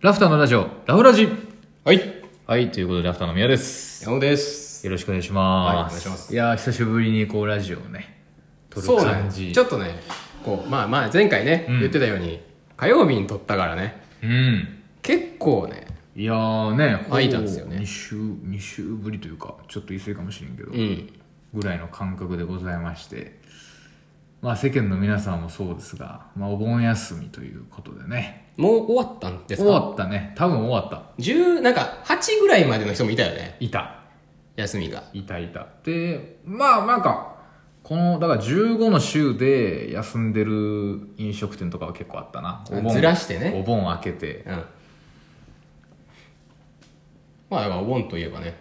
ラフターのラジオ、ラフラジ。はい。はい、ということで、ラフターの宮です。山本です。よろしくお願いします。はいお願いしますいやー、久しぶりにこう、ラジオをね、撮るそうね感。じ。ちょっとね、こう、まあまあ前回ね、うん言ってたように、火曜日に撮ったからね、うん。結構ね、いやーね、空いたんですよね2週、二週ぶりというか、ちょっと言い過ぎかもしれんけど、うん。ぐらいの感覚でございまして、まあ、世間の皆さんもそうですが、まあ、お盆休みということでね、もう終わったんです終かわったね。多分終わった。 10、なんか8ぐらいまでの人もいたよね、いた。休みが。いたいたでまあなんかこのだから15の週で休んでる飲食店とかは結構あったなお盆ずらしてね。お盆開けてうん。まあだからお盆といえばね、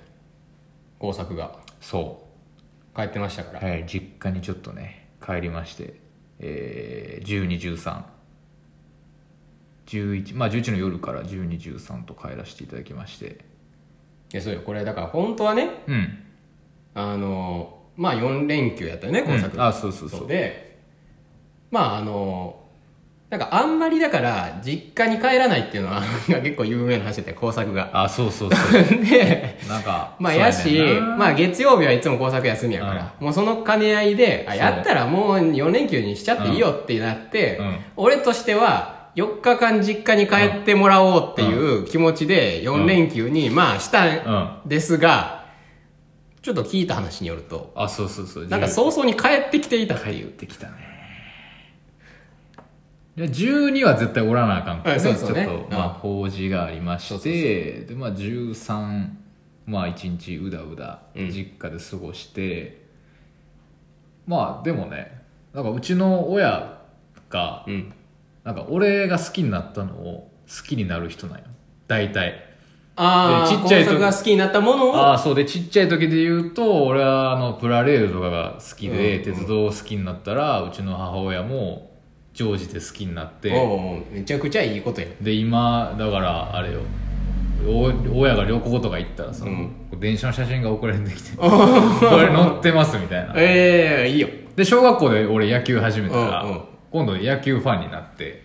工作がそ帰ってましたかうら。はい実家にちょっとね帰りましてえー、121311まあ11の夜から1213と帰らせていただきましてえ、そうよ、これだから本当はね、うんあの、まあ4連休やったよね、工作。うんあそうそうそうそうでまああのなんかあんまりだから実家に帰らないっていうのは 結構有名な話だったよ工作 があそうそうそうでなんか まあやしそうねんなまあ月曜日はいつも工作休みやから、もうその兼ね合いであそうやったらもう4連休にしちゃっていいよってなって、うんうん俺としては4日間実家に帰ってもらおうっていう気持ちで4連休にまあしたんうんですが、ちょっと聞いた話によるとあそうそうそうなんか早々に帰ってきていたっていっうてきたねで12は絶対おらなあかんから、うんそうそうねちょっと、まあ、うん法事がありましてそうそうで、まあ、13まあ1日うだうだうん実家で過ごして、まあでもねなんかうちの親がうんなんか俺が好きになったのを好きになる人なんよ大体ああ、でちっちゃい時工作が好きになったものを、ああそうでちっちゃい時で言うと俺はあのプラレールとかが好きで、うん鉄道好きになったらうちの母親もジョージで好きになっておうめちゃくちゃいいことや。で今だからあれよお親が旅行とか行ったらさ、うん電車の写真が送られてき て「これ乗ってます」みたいなええいいよ。で小学校で俺野球始めたら、うんうん今度野球ファンになって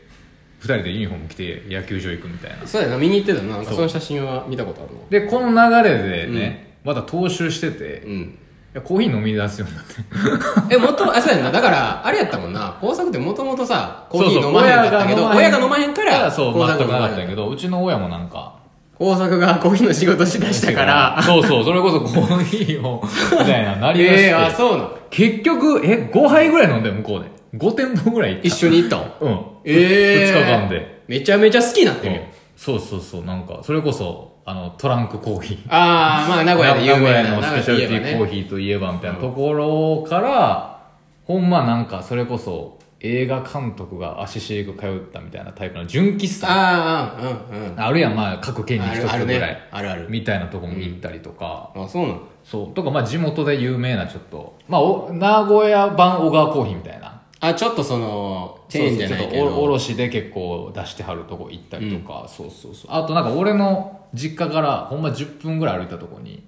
2人でユニフォーム着て野球場行くみたいなそうやな、見に行ってたな。なんかそうその写真は見たことあるの。でこの流れでね、また踏襲してて、ういん。やコーヒー飲み出すようになってえ、もと、あ、そうやな。だから、あれやったもんな。工作ってもともとさ、コーヒそうそーう飲まへんかったけど、親が飲まへんかからら、そう工全作くながかったんやけどうちの親もなんか工作がコーヒーの仕事しだした から。そうそうそれこそコーヒーをみたいななりまして、 ええあ、そうなの。結局え5杯ぐらい飲んで向こうで5店舗ぐらい行った一緒に 行ったの。うんええ2日間で、めちゃめちゃ好きになってるよ。うんそうそうそうなんかそれこそあのトランクコーヒーああ、まあ、名古屋で有名な。のスペシャルティーコーヒヒーといえばみたいなところから、ほんまなんかそれこそ映画監督が足しげく通ったみたいなタイプの純喫茶ああ、うん、うん。あるいはまあ各県にあ一つぐらい、るあるね。あるある。みたいなとこも行ったりとか、あ、そうなの。そうとかまあ地元で有名なちょっとまあお名古屋版小川コーヒーみたいなあ、ちょっとその、チェーンじゃないけそうそうちょっとおど。卸で結構出してはるとこ行ったりとか、そうそうそうあとなんか俺の実家からほんま10分ぐらい歩いたとこに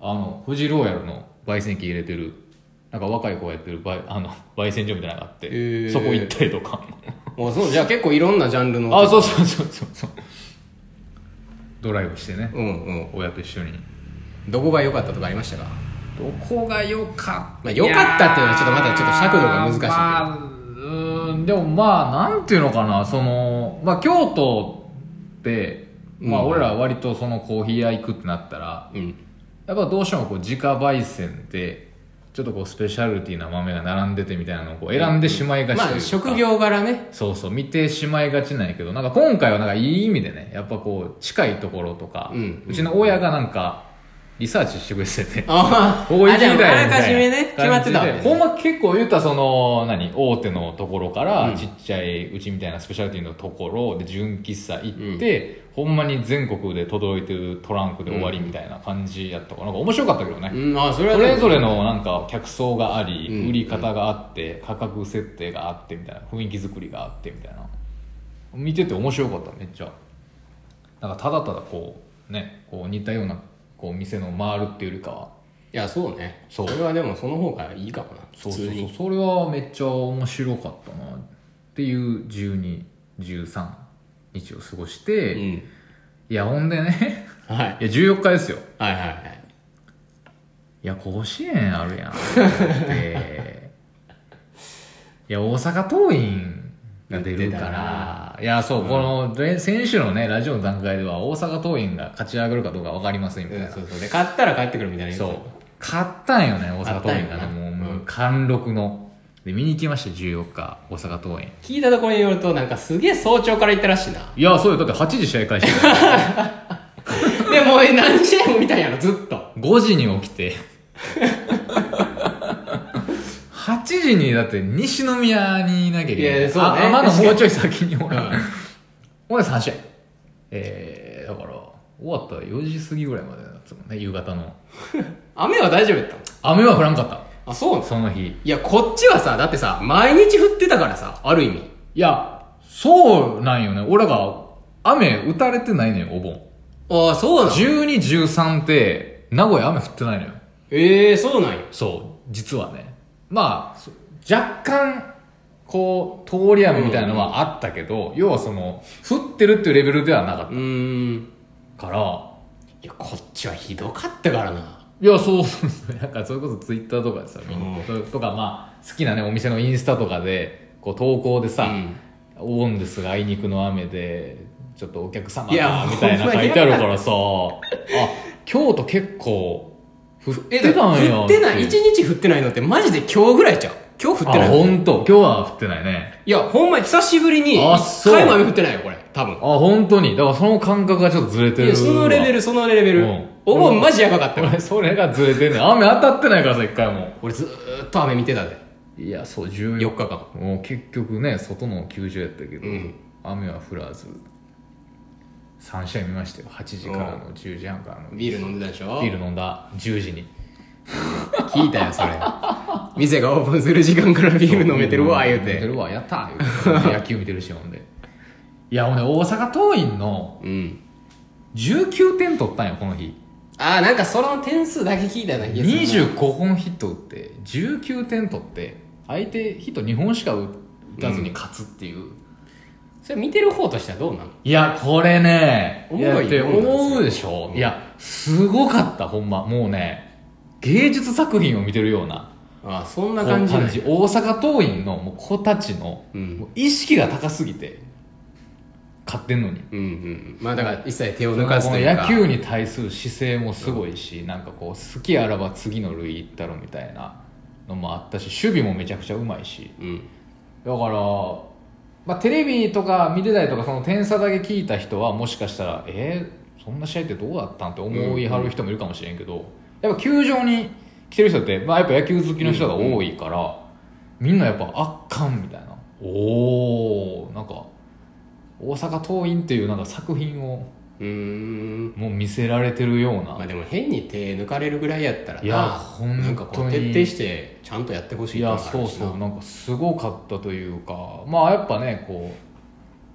あの富士ローヤルの焙煎機入れてるなんか若い子がやってる焙あの焙煎所みたいなのがあって、ーそこ行ったりとかもうそう、じゃあ結構いろんなジャンルの。あそうそうそうそうそうドライブしてねうんうん。親と一緒にどこが良かったとかありましたかどこが良かったまあ良かったっていうのはちょっとまたちょっと尺度が難しいけどまあ、うーんでもまあなんていうのかなその、まあ、京都って、まあ、うん俺ら割とそのコーヒー屋行くってなったら、うん。やっぱどうしてもこう自家焙煎でちょっとこうスペシャルティな豆が並んでてみたいなのをこう選んでしまいがちというか、まあ職業柄ね。そうそう見てしまいがちなんやけどなんか今回はなんかいい意味でねやっぱこう近いところとか、うんちの親がなんかリサーチしてくれててああ、こういうあじゃあ時代あらかじめね、決まってたわけほんね。ま結構言ったらその、何、大手のところから、うんちっちゃいうちみたいなスペシャルティのところで純喫茶行って、ほんまに全国で届いてるトランクで終わりみたいな感じやったから、なんか面白かったけどね。うん、あそれはそねれぞれのなんか客層があり、うん売り方があって、価格設定があってみたいな、雰囲気作りがあってみたいな。見てて面白かった、めっちゃ。なんかただただこう、ね、こう似たような、こう店の回るっていうよりかは、いや、そうね。そそうれはでもその方がいいかもな。そうそ普う通そうに。それはめっちゃ面白かったなっていう1213日を過ごして、ういん。やほんで ねはい。いや14日ですよはいはいはい。いや甲子園あるやん っていや大阪桐蔭が出るからいやそう、このれ先週のねラジオの段階では大阪桐蔭が勝ち上がるかどうか分かりませんみたいな、うん、そうそう。で、買ったら帰ってくるみたいな。そう。買ったんよね、大阪桐蔭買がったんね。もう、やなもううん貫禄の。で、見に行きました、14日、大阪桐蔭。聞いたところによると、なんかすげえ早朝から行ったらしいな。いや、そうよ。だって8時試合開始だよ で、もう何試合も見たんやろ、ずっと。 5時に起きて。8時に、だって西宮にいなきゃいけない。いやそうねあまだ確かにもうちょい先にほらうん。ほら、3試合。えー、だから、終わったら4時過ぎぐらいまでだったもんね、夕方の。雨は大丈夫やったの雨は降らんかった。あ、そうなのその日。いや、こっちはさ、だってさ、毎日降ってたからさ、ある意味。いや、そうなんよね。俺が、雨打たれてないのよ、お盆。ああ、そうなの12、13って、名古屋雨降ってないのよ。ええそうなんや。そう、実はね。まあ、そ若干、こう、通り雨みたいなのはあったけど、要はその、降ってるっていうレベルではなかっうーん。たから、いや、こっちはひどかったからな。いや、そうそうそう。なんか、それこそツイッターとかでさ、みんうな、ととか、まあ、好きなね、お店のインスタとかで、こう、投稿でさ、うんお盆ですが、あいにくの雨で、ちょっとお客様いやが、みたいなほんま書にいてあるからさ、あ、京都結構、降ってたんや降ってない。一日降ってないのってマジで今日ぐらいちゃう。今日降ってあ、ないほんと。今日は降ってないね。いや、ほんまに久しぶりに、あ一そう回も雨降ってないよ、これ。多分あ、。ほんとに。だからその感覚がちょっとずれているわ。や、そのレベル、そのレベルうん。お盆マジやばかったよ。俺、 それがずれてんねん雨当たってないからさ、一回も。俺ずーっと雨見てたで。いや、そう、14 4日間。もう結局ね外の球場やったけど、うん雨は降らず3試合見ましたよ8時からの10時半からのビビール飲んでたでしょール飲んだ10時に聞いたよ、それ。 店がオープンする時間からビール飲めてるわ、言う飲めてて。るわやったー言うて 野球見てるしほんでいやほんで大阪桐蔭のうん。 19点取ったんよこの日あー、なんかその点数だけ聞いたような気がするな。 25本ヒット打って19点取って相手ヒット2本しか打たずに勝つっていう、それ見てる方としてはどうなのいや、これね、おもろいってもんなんですよ思うでしょ、うんいや、すごかった、ほんま。もうね、芸術作品を見てるようなあー、そんなこう感じなんや。大阪桐蔭のもう子たちの、うんもう意識が高すぎて、勝ってんのに。うんうん。まあだから一切手を抜かずことのいうか。野球に対する姿勢もすごいし、なんかこう、好きあらば次の塁行ったろみたいなのもあったし、守備もめちゃくちゃうまいし。うん。だから、まあ、テレビとか見てたりとかその点差だけ聞いた人はもしかしたらえー、そんな試合ってどうだったんって思いはる人もいるかもしれんけど、やっぱ球場に来てる人って、まあ、やっぱ野球好きの人が多いから、みんなやっぱ圧巻みたいなおーなんか大阪桐蔭っていうなんか作品をうーん。もう見せられてるようまなあでも変に手抜かれるぐらいやったらな。いやほんとになんかこう徹底してちゃんとやってほしいいとやころがあそるうしなそうなんかすごかったというかまあやっぱねこ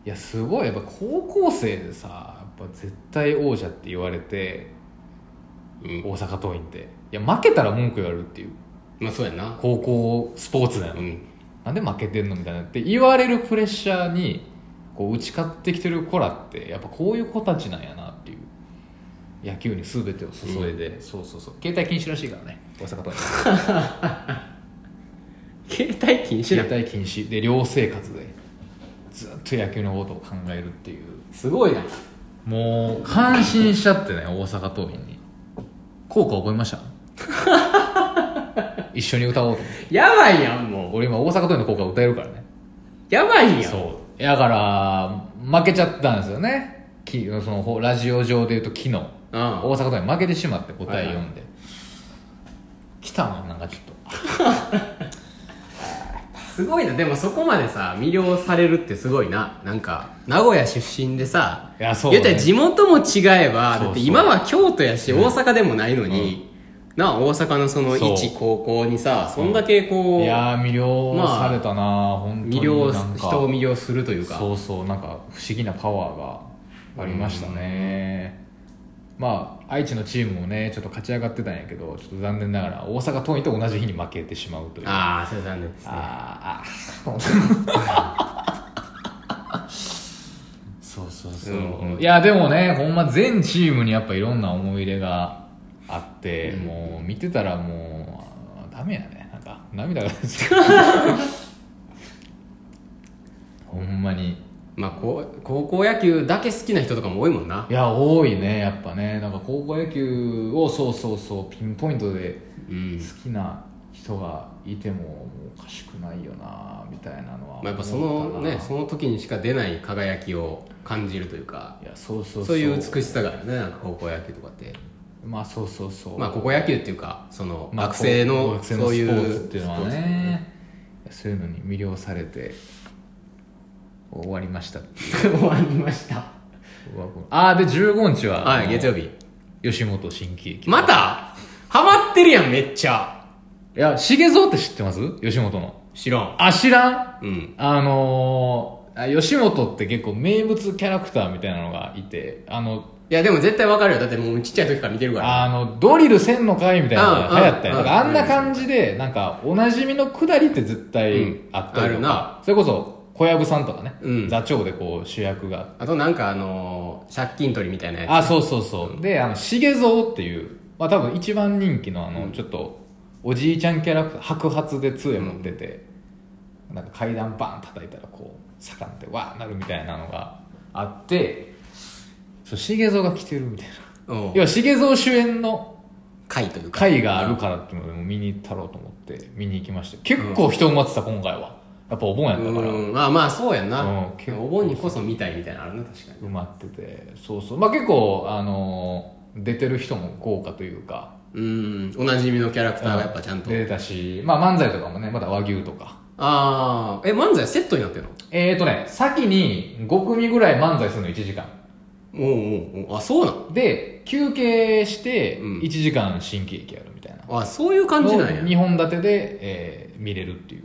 ういやすごいやっぱ高校生でさやっぱ絶対王者って言われてうん。大阪桐蔭っていや負けたら文句言われるっていうまあそうやな。高校スポーツだよ、うん。なんで負けてんのみたいなって言われるプレッシャーにこう打ち勝ってきてる子らってやっぱこういう子たちなんやなっていう野球に全てを注いで、そうそうそう携帯禁止らしいからね大阪桐蔭携帯禁止な携帯禁止で寮生活でずっと野球のことを考えるっていうすごいな。もう感心しちゃってね大阪桐蔭に効果覚えました 一緒に歌おうと思ってやばいやん、もう。俺今大阪桐蔭の効果歌えるからねやばいやん。そうだから負けちゃったんですよねきそのほラジオ上で言うと昨日うん。大阪桐蔭負けてしまって答え読んで、は来たもんなんかちょっとすごいなでもそこまでさ魅了されるってすごいななんか名古屋出身でさいやそうね言ったら地元も違えばそうそうだって今は京都やし、大阪でもないのに、なあ大阪のそのそう一高校にさそんだけこう、いやー魅了されたな、本当に魅了なんか人を魅了するというかそうそうなんか不思議なパワーがありましたねまあ愛知のチームもねちょっと勝ち上がってたんやけどちょっと残念ながら大阪桐蔭と同じ日に負けてしまうというあああそれ残念ですねあああ そうそうそうそう、いやでもねほんま全チームにやっぱいろんな思い入れがあって、うんもう見てたらもうあダメやねなんか涙が出てき たほんまにまあこう高校野球だけ好きな人とかも多いもんないや多いねやっぱねなんか高校野球をそうそうそうピンポイントでうん好きな人がいてももうおかしくないよなみたいなのはまあ、やっぱそ思のたなねその時にしか出ない輝きを感じるというかいやそうそうそういう美しさがあるねなんか高校野球とかってまあそうそうそうまあ高校野球っていうかそのまあ学生こうの学そ生のういスうポーツっていうのはスポーツねそういうのに魅了されて終わりましたっていう 終わりましたああで15日は、はい月曜日日吉本新喜劇またハマってるやんめっちゃいや茂蔵って知ってます吉本の知らんあ知らんうんあのー、あ吉本って結構名物キャラクターみたいなのがいてあのいやでも絶対わかるよだってもうちっちゃい時から見てるからあのドリルせんのかいみたいなのが流行ったよなうんんかあんな感じでなんかおなじみのくだりって絶う対んあったりとあか、それこそ小籔さんとかね、うん座長でこう主役があとなんかあのー借金取りみたいなやつあそうそうそうであの茂蔵っていう、まあ、多分一番人気のあの、ちょっとおじいちゃんキャラクター白髪で杖持ってて、なんか階段バーン叩いたらこう盛ってわーなるみたいなのがあってそう茂蔵が来てるみたいなうん要は茂蔵主演の会というか会があるからっていうのでもう見に行ったろうと思って見に行きました結構人埋まってた今回はやっぱお盆やったからうんまあまあそうやんなうん結構お盆にこそ見たいみたいなのあるな確かに埋まっててそうそうまあ結構あのー出てる人も豪華というかうんおなじみのキャラクターがやっぱちゃんと、出てたしまあ漫才とかもねまだ和牛とかああえ漫才セットになってるのえーとね先に5組ぐらい漫才するの1時間おうおうおうあそうなので休憩してうん1時間新喜劇やるみたいなあそういう感じなんや2本立てで、えー見れるっていう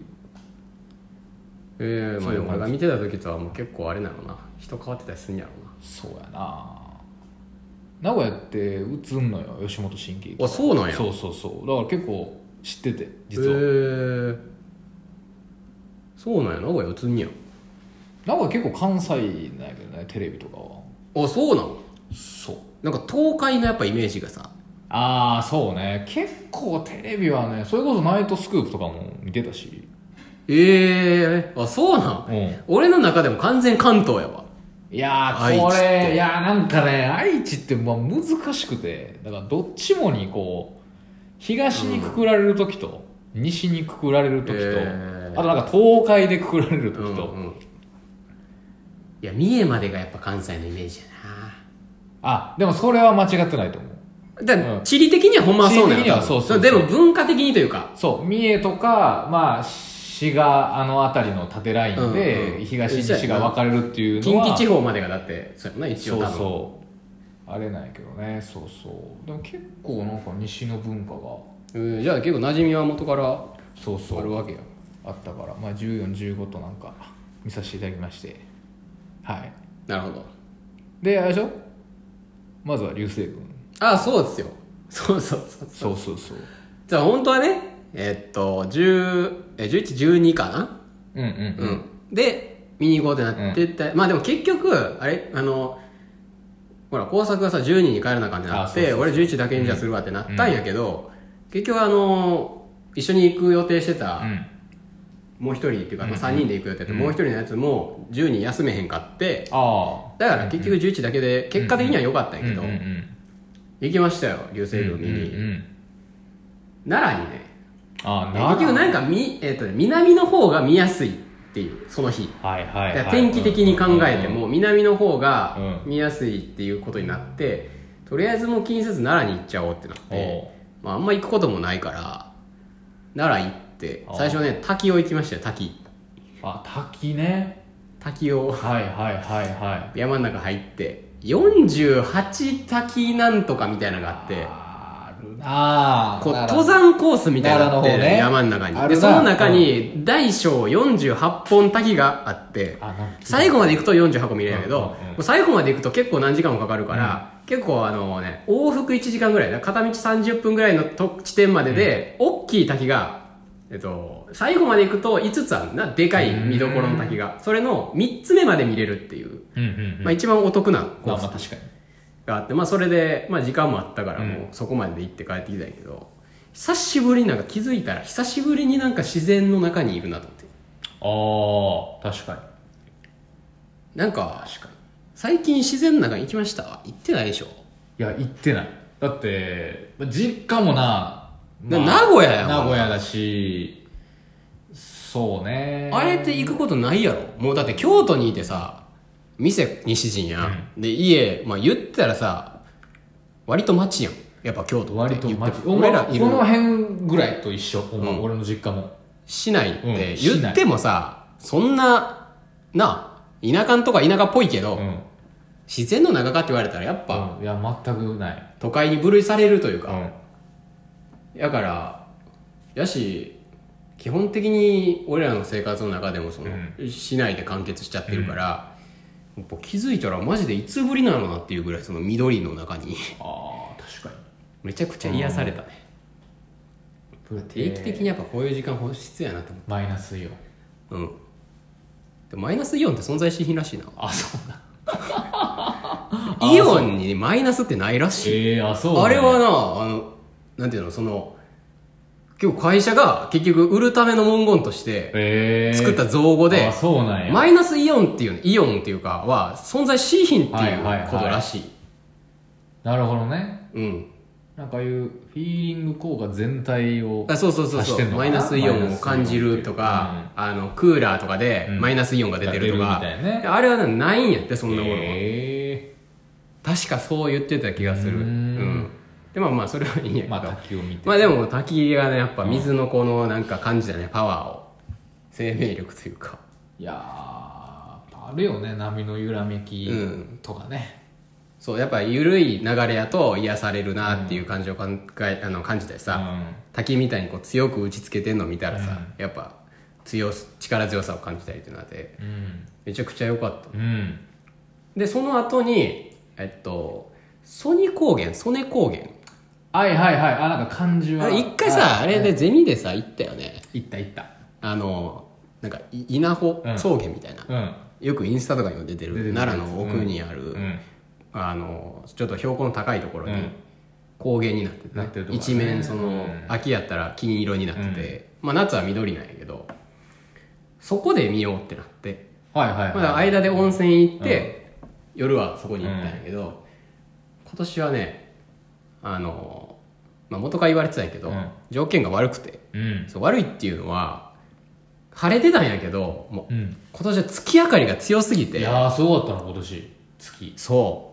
ええそまあういう感じでも俺が見てた時とはもう結構あれなのな人変わってたりするんやろそうやな名古屋って映んのよ吉本新喜劇うなあそうなんやそうそうそうだから結構知っててへえ実は、そうなんや名古屋映んね名古屋結構関西なんやけどねテレビとかはやあそうなのそうなんか東海のやっぱイメージがさああそうね結構テレビはねそれこそナイトスクープとかも見てたしええあそうなん、うん俺の中でも完全関東やわいや愛ーこ知ってれいやーなんかね愛知ってまあ難しくてだからどっちもにこう東にくくられる時と、西にくくられる時と、へーあとなんか東海でくくられる時と、うんうんいや三重までがやっぱ関西のイメージやあでもそれは間違ってないと思うなだからうん地理的にはほんまはそうなん地理的には多分そうそうそうでも文化的にというかそう三重とかまあ滋賀あの辺りの縦ラインうんうんで東西が分かれるっていうの近は畿地方までがだってそうやもんな一応多そう分そうあれないけどねそうそうでも結構なんか西の文化がうんじゃあ結構馴染みは元からそうそあるうわけやあったからまあ1415となんか見させていただきましてはいなるほどであれでしょまずは流星群ああそうですよ そうそうそうそうそうそうじゃあ本当はねえっと10え1112かなうんうんう、うんんで見に行こうってなってて、まあでも結局あれあのほら工作がさ12に帰らなあかんってなってあそうそうそう俺11だけにじゃあするわってなったんやけど、結局あの一緒に行く予定してた、うんもう一人っていうか、まあ、うん3人で行く予定やって、もう一人のやつも12休めへんかってあだから結局11だけで結果的には良かったあんやけど、うんうん行きましたよ流星うん群見に、うんうん奈良にねああな結局なんかみ、えっとね南の方が見やすいっていうその日はいはい、はだかい、ら天気的に考えてうんうんうんも南の方がう見やすいっていうことになってとりあえずもう気にせず奈良に行っちゃおうってなって、おまあ、あんま行くこともないから奈良行ってお最初ね滝を行きましたよ滝うあ滝ね滝をはいはいはいはい山の中入って48滝なんとかみたいなのがあってあるなあこうなる登山コースみたいなのがあって、奈良の方ね山の中にあでるなその中に大小48本滝があってあなんか最後まで行くと48個見れるんやけど、うんうんうんもう最後まで行くと結構何時間もかかるから、結構あのね往復1時間ぐらいだ片道30分ぐらいのと地点までで、大きい滝がえっと、最後まで行くと5つあるんだでかい見どころの滝がそれの3つ目まで見れるっていう、うんうんうんまあ、一番お得なコまあースまあ確かにがあって、まあ、それで、まあ、時間もあったからうんもうそこまでで行って帰ってきたんやけど、久しぶりになんか気づいたら久しぶりになんか自然の中にいるなと思ってああ確かになんか最近自然の中に行きました行ってないでしょ、いや行ってないだってまあ実家もな、なまあ名古屋やもん名古屋だしそうねあれって行くことないやろもうだって京都にいてさ店西陣や、ん、で家、まあ、言ったらさ割と町やんやっぱ京都って割と言ってもマジお前俺ららこいるの辺ぐらいと一緒、お前うん俺の実家も市内っうんて市内言ってもさ、そんなな田舎んとか田舎っぽいけうど、ん、自然の中かって言われたらやっぱうんいや全くない、都会に分類されるといううか、ん、やからやし基本的に俺らの生活の中でもその、市内で完結しちゃってるから、やっぱ気づいたらマジでいつぶりなのなっていうぐらいその緑の中にああ確かに めちゃくちゃ癒されたね、定期的にやっぱこういう時間欲しいやなと思マイナスイオンううんでマイナスイオンって存在しひんらしいなあそうな イオンにマイナスってないらしいええあそう、あれはなあのなんていうのその結構会社が結局売るための文言としてええ作った造語で、あそうなんや、マイナスイオンっていうイオンっていうかは存在しひんってはいいうはいはいことらしい,、なるほどねうんなんかああいうフィーリング効果全体をあそうそうそう足しそてうんのかなマイナスイオンを感じるとか、あのクーラーとかでうんマイナスイオンが出てるとがか、出るみたいなねあれはなないんやってそんなものは、え確かそう言ってた気がするううんん、でもまあそれはいいんやえけど、まあまあ、滝を見て、でも滝がねやっぱ水のこのなんか感じだねパワーを生命力というかいやーあるよね波の揺らめきうんとかね、そうやっぱ緩い流れやと癒されるなっていう感じを考えあの感じてうんさ、滝みたいにこう強く打ちつけてんの見たらさ、やっぱ強す力強さを感じたりっていうのでうんめちゃくちゃ良かったうんでその後にえっとソニ高原ソネ高原はいはいはいあなんか感じはあれ一回さあれでゼミでさ行ったよねいったいったあのなんかい稲穂うん草原みたいな、うんよくインスタとかにも出出ててるる奈良の奥にある、うんあのちょっと標高の高いところにうん高原になってて,、なってるところね一面その、うん秋やったら金色になってて、まあ、夏は緑なんやけどそこで見ようってなって、はいはいはい、まあ、間で温泉行って、夜はそこに行ったんやけど、今年はねあの、まあ、元から言われてたんやけど、うん条件が悪くてうんそう悪いっていうのは晴れてたんやけどもううん今年は月明かりが強すぎていやーすごかったな今年月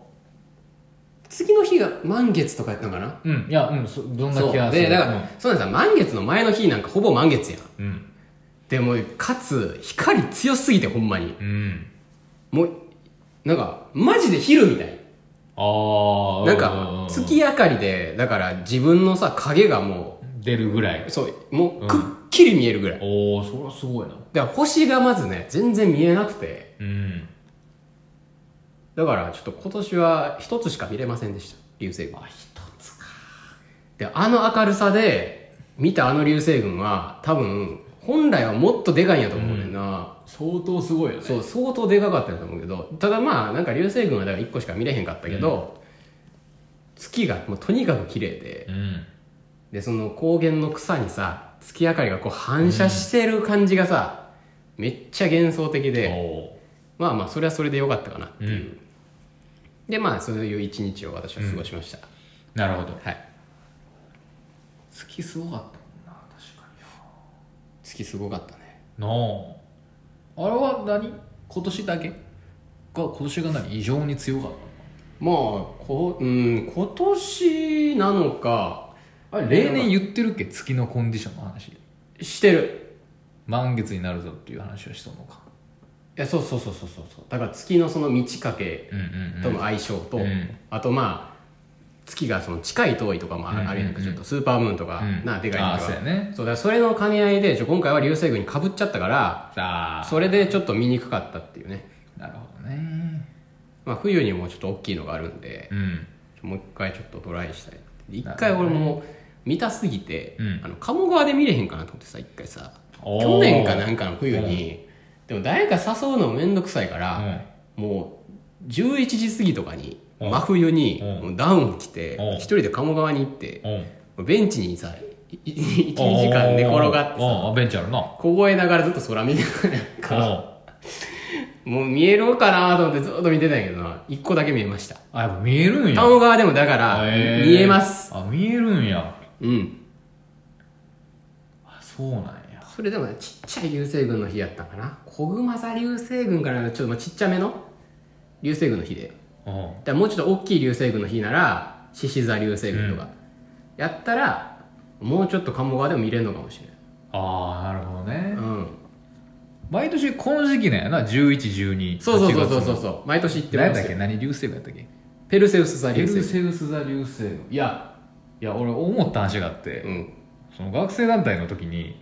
そう次の日が満月とかやったのかなうんいやうんそどんなそう気がするでだから、そうなんですよ満月の前の日なんかほぼ満月やんうんでもかつ光強すぎてほんまにうんもうなんかマジで昼みたいああなんか月明かりでだから自分のさ影がも出るぐらいうそうもうんうくっきり見えるぐらい、おおそれはすごいなだから星がまずね全然見えなくてうんだからちょっと今年は一つしか見れませんでした流星群あ一つかであの明るさで見たあの流星群は多分本来はもっとでかいんやと思うねんな、相当すごいよねそう相当でかかったんやと思うけどただまあなんか流星群はだから1個しか見れへんかったけど、月がもうとにかく綺麗でうんでその高原の草にさ月明かりがこう反射してる感じがさ、めっちゃ幻想的おでおまあまあそれはそれでよかったかなっていう、うでまあそういう一日を私は過ごしました、なるほどはい月すごかったもんな確か月すごかったねになああれは何今年だけが今年が何異常に強かっまあこ、うん、今年なのかたあれ例年言ってるっけ月のコンディションの話してる満月になるぞっていう話はしとんのかいやそうそうそうそうそうそうだから月のその満ち欠けうんうんとの相性と、うんあとまあ月がその近い遠いとかもうんうんうんああれなんかちょっとスーパームーンとか、うんなでかいあーのとそうかやねそうだからそれの兼ね合いでちょ今回は流星群にかぶっちゃったからさあそれでちょっと見にくかったっていうね、なるほどねまあ、冬にもちょっと大きいのがあるんでうんもう一回ちょっとトライしたい一回俺も見たすぎて、うんあの鴨川で見れへんかなと思ってさ一回さおー去年かなんかの冬に、でも誰か誘うのめんどくさいから、もう11時過ぎとかにうん真冬にうんもうダウン着てうん一人で鴨川に行ってうんベンチにさ12時間寝転がっうてさんうんベンチあるな凍えながらずっ と空見てたやんかもう見えるかなと思ってずっと見てたんやけどな一個だけ見えましたあやっぱ見えるんや鴨川でもだからへー見えますあ見えるんやうんあそうなんやそれでもねちっちゃい流星群の日やったんかな小熊座流星群からちょっとまあちっちゃめの流星群の日でうんだからもうちょっと大きい流星群の日なら獅子座流星群とか、やったらもうちょっと鴨川でも見れるのかもしれああなるほどねない、うん、毎年この時期なんやな1112そうそうそうそうそううそう毎年行って何やまったっすけよ何流星群やったっけペルセウス座流ペ星ル群セウス座流星群いやいや俺思った話があって、うんその学生団体の時に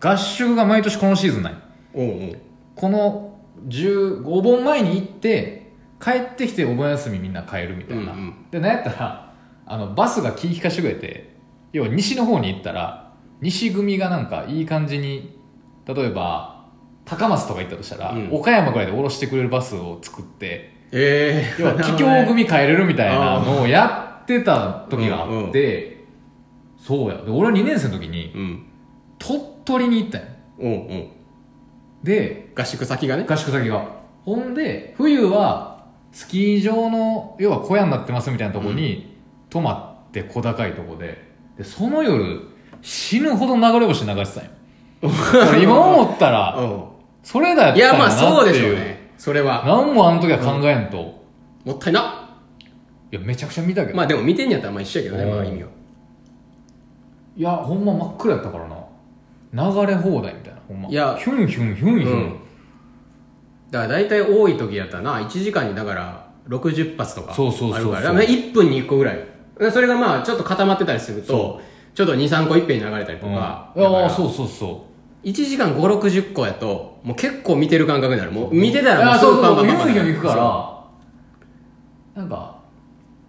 合宿が毎年このシーズンないおうおうこの15お盆前に行って帰ってきてお盆休みみんな帰るみたいな、うんうんでなんやったらあのバスが気ぃ利かしてくれて要は西の方に行ったら西組がなんかいい感じに例えば高松とか行ったとしたら、うん岡山ぐらいで降ろしてくれるバスを作 ってええ要は桔梗組帰れるみたいなのをやってた時があって、そうやで俺2年生の時にうん鳥取に行ったんよおうおうで合宿先がね合宿先がほんで冬はスキー場の要は小屋になってますみたいなとこに泊まって小高いとこででその夜死ぬほど流れ星流してたんよ これ今思ったらうそれだんいややったんまあなっそうてでしいょううねそれは何もあの時は考えんと、いもったいなやめちゃくちゃ見たけど、まあでも見てんやったらまあ一緒やけどねうんまあ意味はいやほんま真っ暗やったからな流れ放題みたいなほんまいやヒュンヒュンヒュンうヒュン、んだから大体多い時やったらな1時間にだから60発とかそうそうそうそうあるからだから1分に1個ぐらいでそれがまあちょっと固まってたりするとちょっと23個いっぺんに流れたりとうんか,、いやそうそうそう1時間560個やともう結構見てる感覚になるもう見てたいらやもそうすぐそパうンそパうンヒパュンパンンヒュン行くからなんか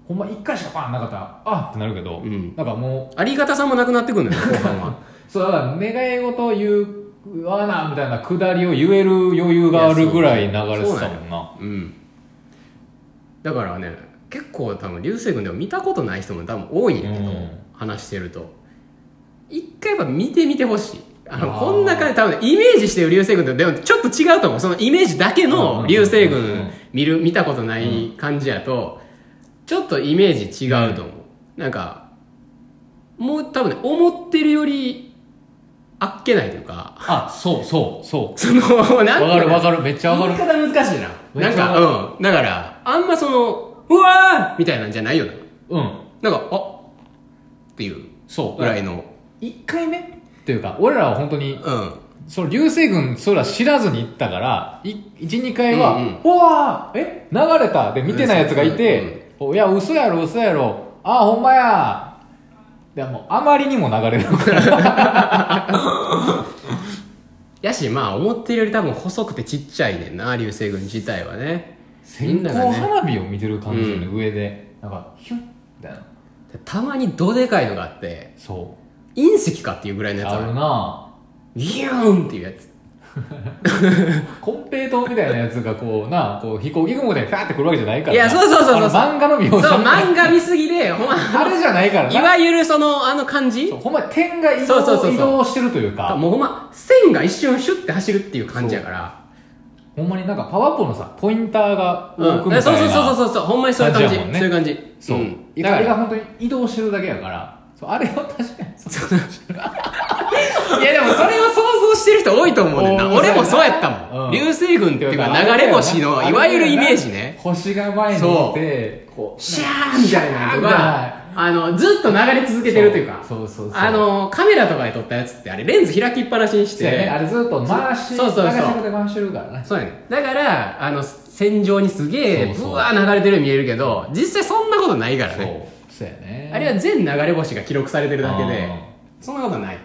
ほんま1回しかパンなかったらあってなるけど、うんなんかもありがたさもなくなってくるのよ後半はうそうだから願い事を言うわなみたいなくだりを言える余裕があるぐらい流れてたもんなうんだからね結構多分流星群でも見たことない人も多分多いんやけど、うん話してると一回やっぱ見てみてほしいあのあーこんな感じ多分イメージしてる流星群とでもちょっと違うと思うそのイメージだけの流星うんうんうんう群ん見る見たことない感じやとちょっとイメージ違うと思う、なんかもう多分ね思ってるよりあっけないというかあそうそうそそのなんていううのわかるわかるめっちゃわか言いる方難しいな。めなっんちゃか、うん。だから、あんまその、うわーみたいなんじゃないよな。うんなんか、あっていうそうぐらいの。 1回目っていうか俺らは本当にうん。その流星群そら知らずに行ったから12回はう「んうわーえ流れた」で見てないやつがいて「いや嘘やろ嘘やろあほんまや」でもあまりにも流れるから やし、まあ、思ってるより多分細くてちっちゃいねんな、流星群自体はね。み線んなが香ね、花火を見てる感じよね、上でなんかヒュンみたいなたまにどでかいのがあって、そ隕石かっていうぐらいうのやつああるる。なギューンっていうやつ。コンペイトーみたいなやつがこうなこう飛行機雲でファーって来るわけじゃないからないやそうそうそうそうあの漫画の描そう、写漫画見すぎで、ほんま、 あれじゃないからいなわゆるその、あの感じそうほんまに点が移動そうそうそうそう移動してるというかもうほんま、線が一瞬シュッて走るっていう感じやから。ほんまになんかパワーポのさポインターがう動んくみたいな、そうそうそうそうそうほんまにそういう感じ感じやもんねそういう感じそう、んだだかかららあいれやが本当に移動してるだけやからそうあれを確かにそうでもそれを想像してる人多いと思うねんなおー俺もそうやったもうん、ん流星群っていうか流れ星のいわゆるイメージね星が前にいてこうシャーみたいなシャのとかあのずっと流れ続けてるというかそうそうそうそうあのカメラとかで撮ったやつってあれレンズ開きっぱなしにしそうやねあてれずっと回しそうそうそう流しで回してるからねそうやねだからあの線上にすげえそうそうぶわー流れてるように見えるけど実際そんなことないからそうねそうやねあれは全流れ星が記録されてるだけであそんなことない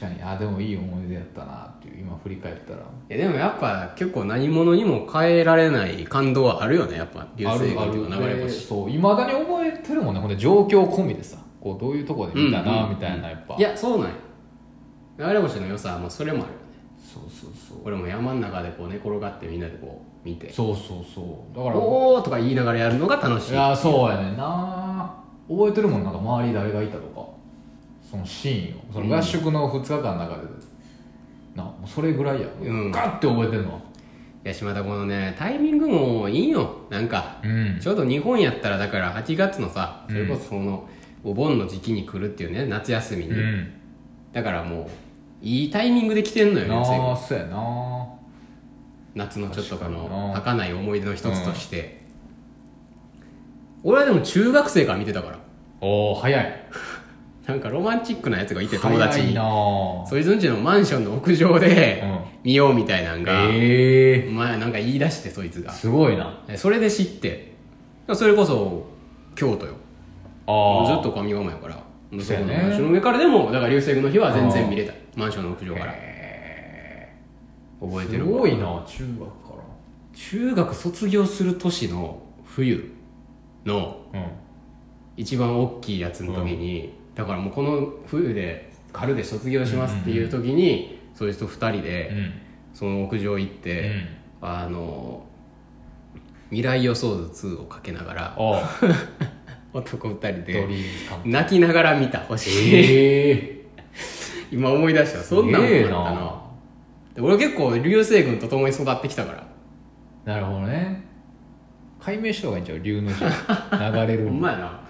確かにあでもいい思い出やったなっていう今振り返ったらいやでもやっぱ結構何者にも変えられない感動はあるよねやっぱ流あ星るあ群とか流れるで星そういまだに覚えてるもんねほんで状況込みでさこうどういうとこで見たなうんうんうんみたいなやっぱ、いやそうなんや流れ星の良さはもうそれもあるよねそうそうそう俺も山の中でこう寝転がってみんなでこう見てそうそうそうだ「からおお!」とか言いながらやるのが楽しいいやそうやねんな覚えてるもんなんか周り誰がいたとかそのシーンをその合宿の2日間の中で、なもうそれぐらいや、うんガッて覚えてるのは八島田このねタイミングもいいよなんかうんちょうど日本やったらだから8月のさそれこそそのお盆の時期に来るっていうね夏休みうに、んだからもういいタイミングで来てんのよね全部なあそうやな夏のちょっとこ確かにのな儚い思い出の一つとして、俺はでも中学生から見てたからおお早いなんかロマンチックなやつがいて友達早いになそいつんちのマンションの屋上でうん見ようみたいなんが、ええまあなんか言い出してそいつがすごいなそれで知ってそれこそ京都よああずっと上釜やからそそうこやのねマンションの上からでもだから流星群の日は全然見れたマンションの屋上から覚えてするごいな中学か中学卒業する年の冬のらうん一番大きいやつの時に、だからもうこの冬で春で卒業しますっていう時に、そいつと2人でうんその屋上行って、うんあの未来予想図2をかけながらああ男2人ドでリームカン泣きながら見た星、え え 今思い出したそんなんもあったなで俺結構流星群と共に育ってきたからなるほどね解明した方がいいんちゃう竜 の字流れるほんまや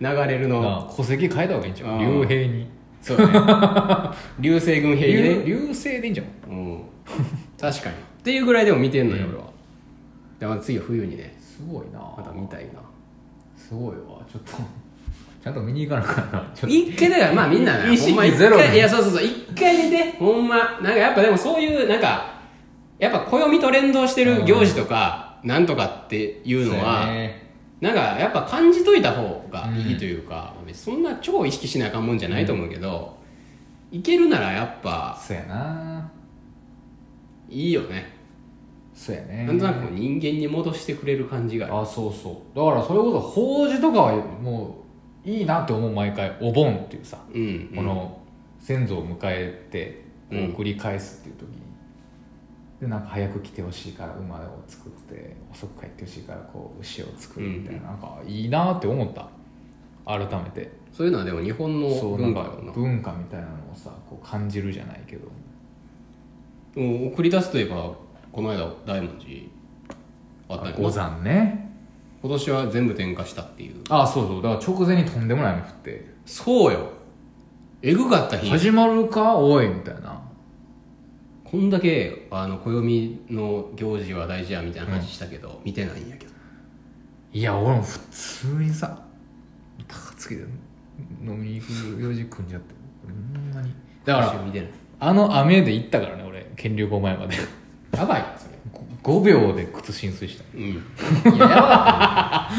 な流れるのなあ戸籍変えた方がいいんちゃあうー竜兵にそ うだね流星群平竜で、竜星でいいんじゃんうん、確かにっていうぐらいでも見てんのよ俺はだから次は冬にねすごいなまた見たいなすごいわちょっとちゃんと見に行かなあかん なちょっ一回だからまあみんなな意識ほんま一ゼロ回いやそうそうそう一回見てほんまなんかやっぱでもそういうなんかやっぱ暦と連動してる行事とか、なんとかっていとうのはそうやねなんかやっぱ感じといた方がいいというか、別にそんな超意識しなあかんもんじゃないと思うけど、いけるならやっぱそうやないいよね、そうやねなんとなくこう人間に戻してくれる感じがあるあそうそうだからそれこそ法事とかはもういいなって思う毎回お盆っていうさうん、この先祖を迎えてこううん送り返すっていう時に、でなんか早く来てほしいから馬を作って遅く帰ってほしいからこう牛を作るみたいな,、なんかいいなって思った改めてそういうのはでも日本のそうな文ん化かだな文化みたいなのをさこう感じるじゃないけどもう送り出すといえばこの間大文字あったよ五山ね今年は全部点火したっていうあそうそうだから直前にとんでもない雨降ってそうよえぐかった日始まるかおいみたいなこんだけあの暦の行事は大事やみたいな話したけど、見てないんやけどいや俺も普通にさ高槻で飲みに行く用事組んじゃってほんまにだから私見てないあの雨で行ったからね俺県流5前までやばいなそれ5秒で靴浸水したうんいややばかった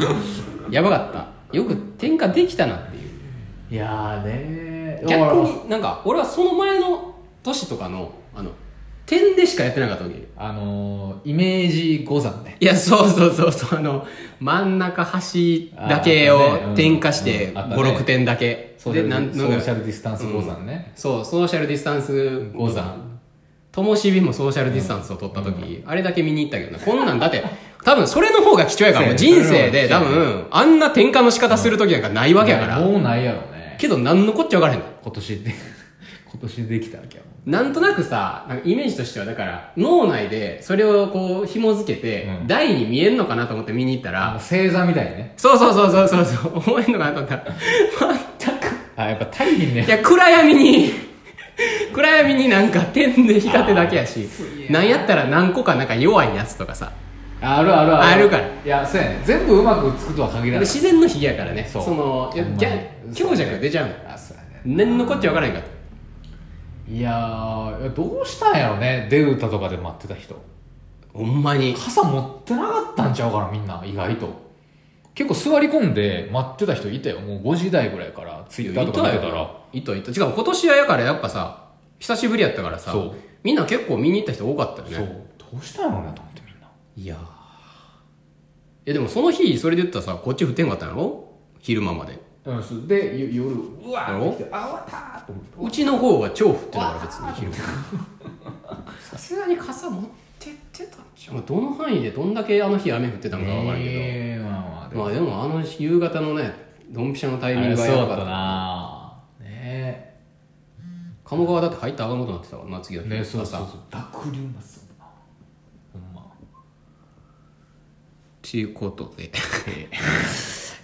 ねやばかったよく転換できたなっていういやーね逆になんか俺はその前の年とかのあの点でしかやってなかったわけあのー、イメージ五山ねいやそうそうそうそうあの真ん中端だけあーあったねうをん点火してうんあったね56点だけソーシでャルなんソなんーかシャルディスタンス五山ね、そうソーシャルディスタンス五山ともしびもソーシャルディスタンスを取った時、あれだけ見に行ったけどなこんなんだって多分それの方が貴重やからもうそうやね人生で多分あんな転換の仕方する時なんかないわけやからもうないやろねけど何のこっちゃ分からへんの今年で 今年できたわけやもんなんとなくさなんかイメージとしてはだから脳内でそれをこう紐付けて、うん台に見えんのかなと思って見に行ったらあの星座みたいに ねそうそうそうそうそうそう思えんのかなと思ったら 全くあやっぱ大変ねいや、暗闇に、 暗闇になんか点で光ってだけやし、なんやったら何個かなんか弱いやつとかさ、あるあるあるからいやそうやね全部うまくつくとは限らない自然のひげやからね、そそうの、いやほんまにぎゃ強弱が出ちゃうの。あそうやね何のこっちゃわからへんかっいやーいやどうしたんやろねデルタとかで待ってた人た。ほんまに。傘持ってなかったんちゃうかなみんな意外と結構座り込んで待ってた人いたよもう5時台ぐらいからツイッターとか見てたらいたよいた。しかも今年はやからやっぱさ、久しぶりやったからさそう、みんな結構見に行った人多かったそようね。どうしたんやろうなと思ってみんないやーえ、でもその日、それで言ったらさ、こっち降ってんかったんやろ昼間まで。うんそうでゆ夜うわだろーってきてあ終わったーと思ってうちの方は超降ってたから別に昼さすがに傘持ってってたんちゃう、まあ、どの範囲でどんだけあの日雨降ってたのか分からんけど、ええまあまあでもまあでもあの夕方のねドンピシャのタイミングがあれやそばうだかっったたなね鴨川だって入ったらあかんことになってたからな次のえ日ねえそう朝そうそう濁流ますよなほんまということ で、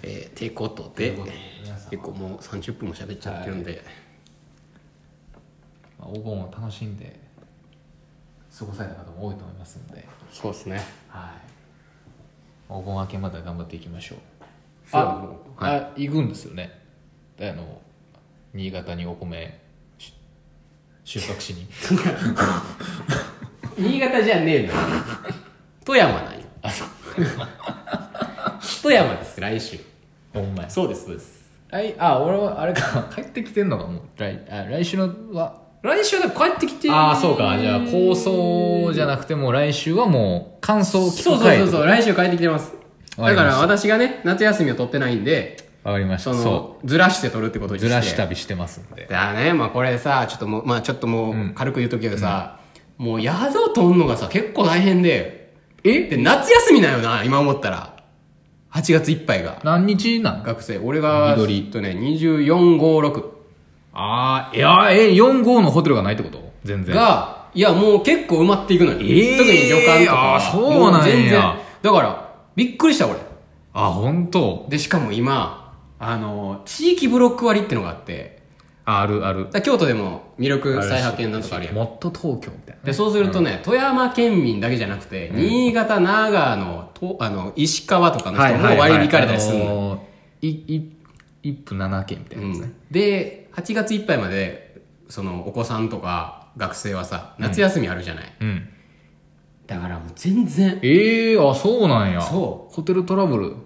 えー、てことといでうことで皆さん結構もう30分も喋っちゃってるんで、まあお盆を楽しんで過ごされた方も多いと思いますのでそうですねはいお盆明けまで頑張っていきましょうああ、あ行くんですよねであの新潟にお米し収穫し に新潟じゃねえの 富山なんよ 富山です来週ほんまやそうですそうです来あ俺はあれか帰ってきてんのかもう来あ来週のは来週だから帰ってきてああそうかじゃあ構想じゃなくてもう来週はもう感想を聞くそうそう回そうそう来週帰ってきてますわかりまだしたから私がね夏休みを取ってないんでわかりましそたのそずらして取るってことうにしてずらし旅してますんでだねまあこれさちょっともうまあちょっともう軽く言うとくけどさ、もう宿を取るのがさ結構大変でえで夏休みなんよな今思ったら8月いっぱいが何日なん学生俺が緑えっとね2456ああいやえ4号のホテルがないってこと全然がいやもう結構埋まっていくのよ、えー特に旅館とかはあそうなんやも全然だからびっくりした俺あ本当でしかも今あの地域ブロック割ってのがあってああるあるだから京都でも魅力再発見なんとかあるやんもっと東京みたいなでそうするとね、富山県民だけじゃなくて、新潟長野とあの石川とかの人も割り引かれたりするの、のいい1分7件みたいなやつねうんで8月いっぱいまでそのお子さんとか学生はさ夏休みあるじゃない、うんだからもう全然ええあそうなんやそホテルトラブル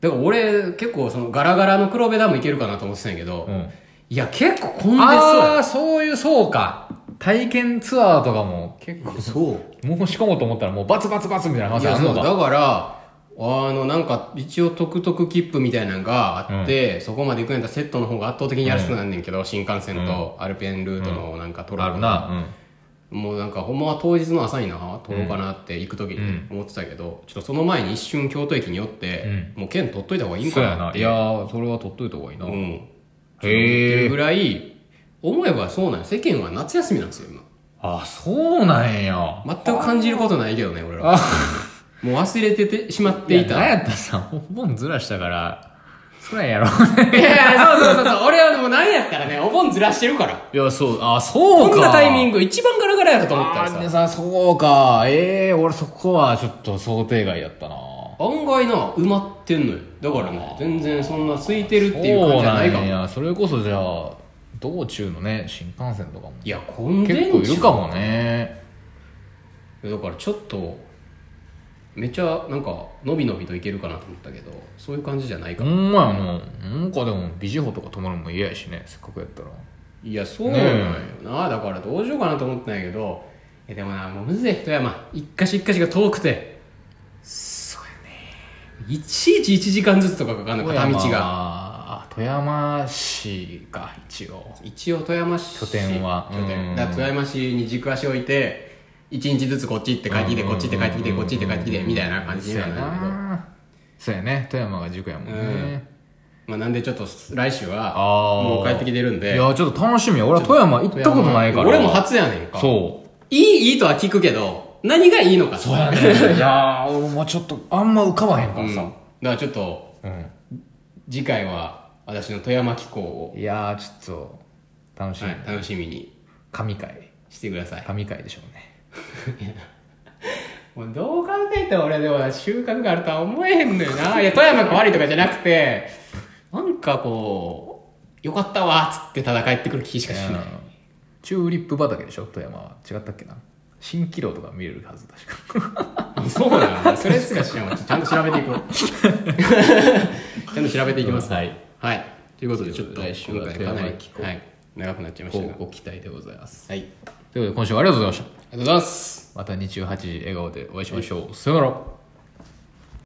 だから俺結構そのガラガラの黒部ダム行けるかなと思ってたんやけど、うんいや結構混んでああそういうそうか体験ツアーとかも結構そうそ申うし込もうと思ったらもうバツバツバツみたいない話やあんそのうかだからあのなんか一応特特切符みたいなのがあって、そこまで行くんやったらセットの方が圧倒的に安くなんねんけど、新幹線とアルペンルートのなんか取あろうるかな、なもうなんかほんまは当日の朝にな取ろうかなって行く時に思ってたけど、ちょっとその前に一瞬京都駅に寄って、もう券取っといた方がいうんいんそかうやなっなていやーそれは取っといた方がいいなうんってへいえうぐらい思えばそうなんよ世間は夏休みなんですよ今あそうなんや全く感じることないけどね俺らもう忘れててしまっていたやなんやったらさお盆ずらしたからそらやろいやいやそうそうそうそう。俺はもう何やったらね、お盆ずらしてるから。いやそうあそうかこんなタイミンググ一番ガラガラやろと思ったあらーさ皆。さんそうかええ俺そこはちょっと想定外やったな案外な、埋まってんのよ。だからね、全然そんな空いてるっていう感じじゃないかそうも。んやそれこそじゃあ道中のね新幹線とかもいや、混んでんじ結ゃん構いるかもねだからちょっと、めちゃなんか、のびのびといけるかなと思ったけど、そういう感じじゃないかほも。んまやななんかでもビジホとか泊まるのも嫌やしねせっかくやったらいや、そうなんよな。だからどうしようかなと思ってないけど、えでもな、もうむずい、富山。一か所一か所が遠くて。そうやね。いちいち1時間ずつとかかかんの、片道富山が。あ富山市か一応一応富山市拠点は拠うん点だから富山市に軸足置いて一日ずつこっち行って帰ってきてこっち行って帰ってきてこっち行って帰ってきてみたいな感じにそうはやなるけどなそうやね富山が塾やもんね、まあなんでちょっと来週はあーもう帰ってきてるんいでやちょっと楽しみや俺は富山行ったことないから俺も初やねんかそういいいいとは聞くけど何がいいのかそうやね いやー俺もちょっとあんま浮かばへんかうらんださ、からちょっとうん次回は私の富山機構を、いやーちょっと楽しみ、はい楽しみに神回してください神回でしょう ねもうどう考えても俺でもな収穫があるとは思えへんのよな。いや、富山が悪いとかじゃなくて、なんかこう、よかったわーっつってただ帰ってくる気しかしうないん。チューリップ畑でしょ富山は違ったっけな蜃気楼とか見れるはず確かそうなんだ。それすら知らんわ。ちょちゃんと調べていこう。 ちゃんと調べていきます。はい。はい。ということで、ちとょいうこととでっ、来週は今回富か山なり、行こうはい、長くなっちゃいましたが。はい。ご期待でございますありということで今週はありがとうございましがとうございます。たまた日中8時笑顔でお会いしましょう、さよなら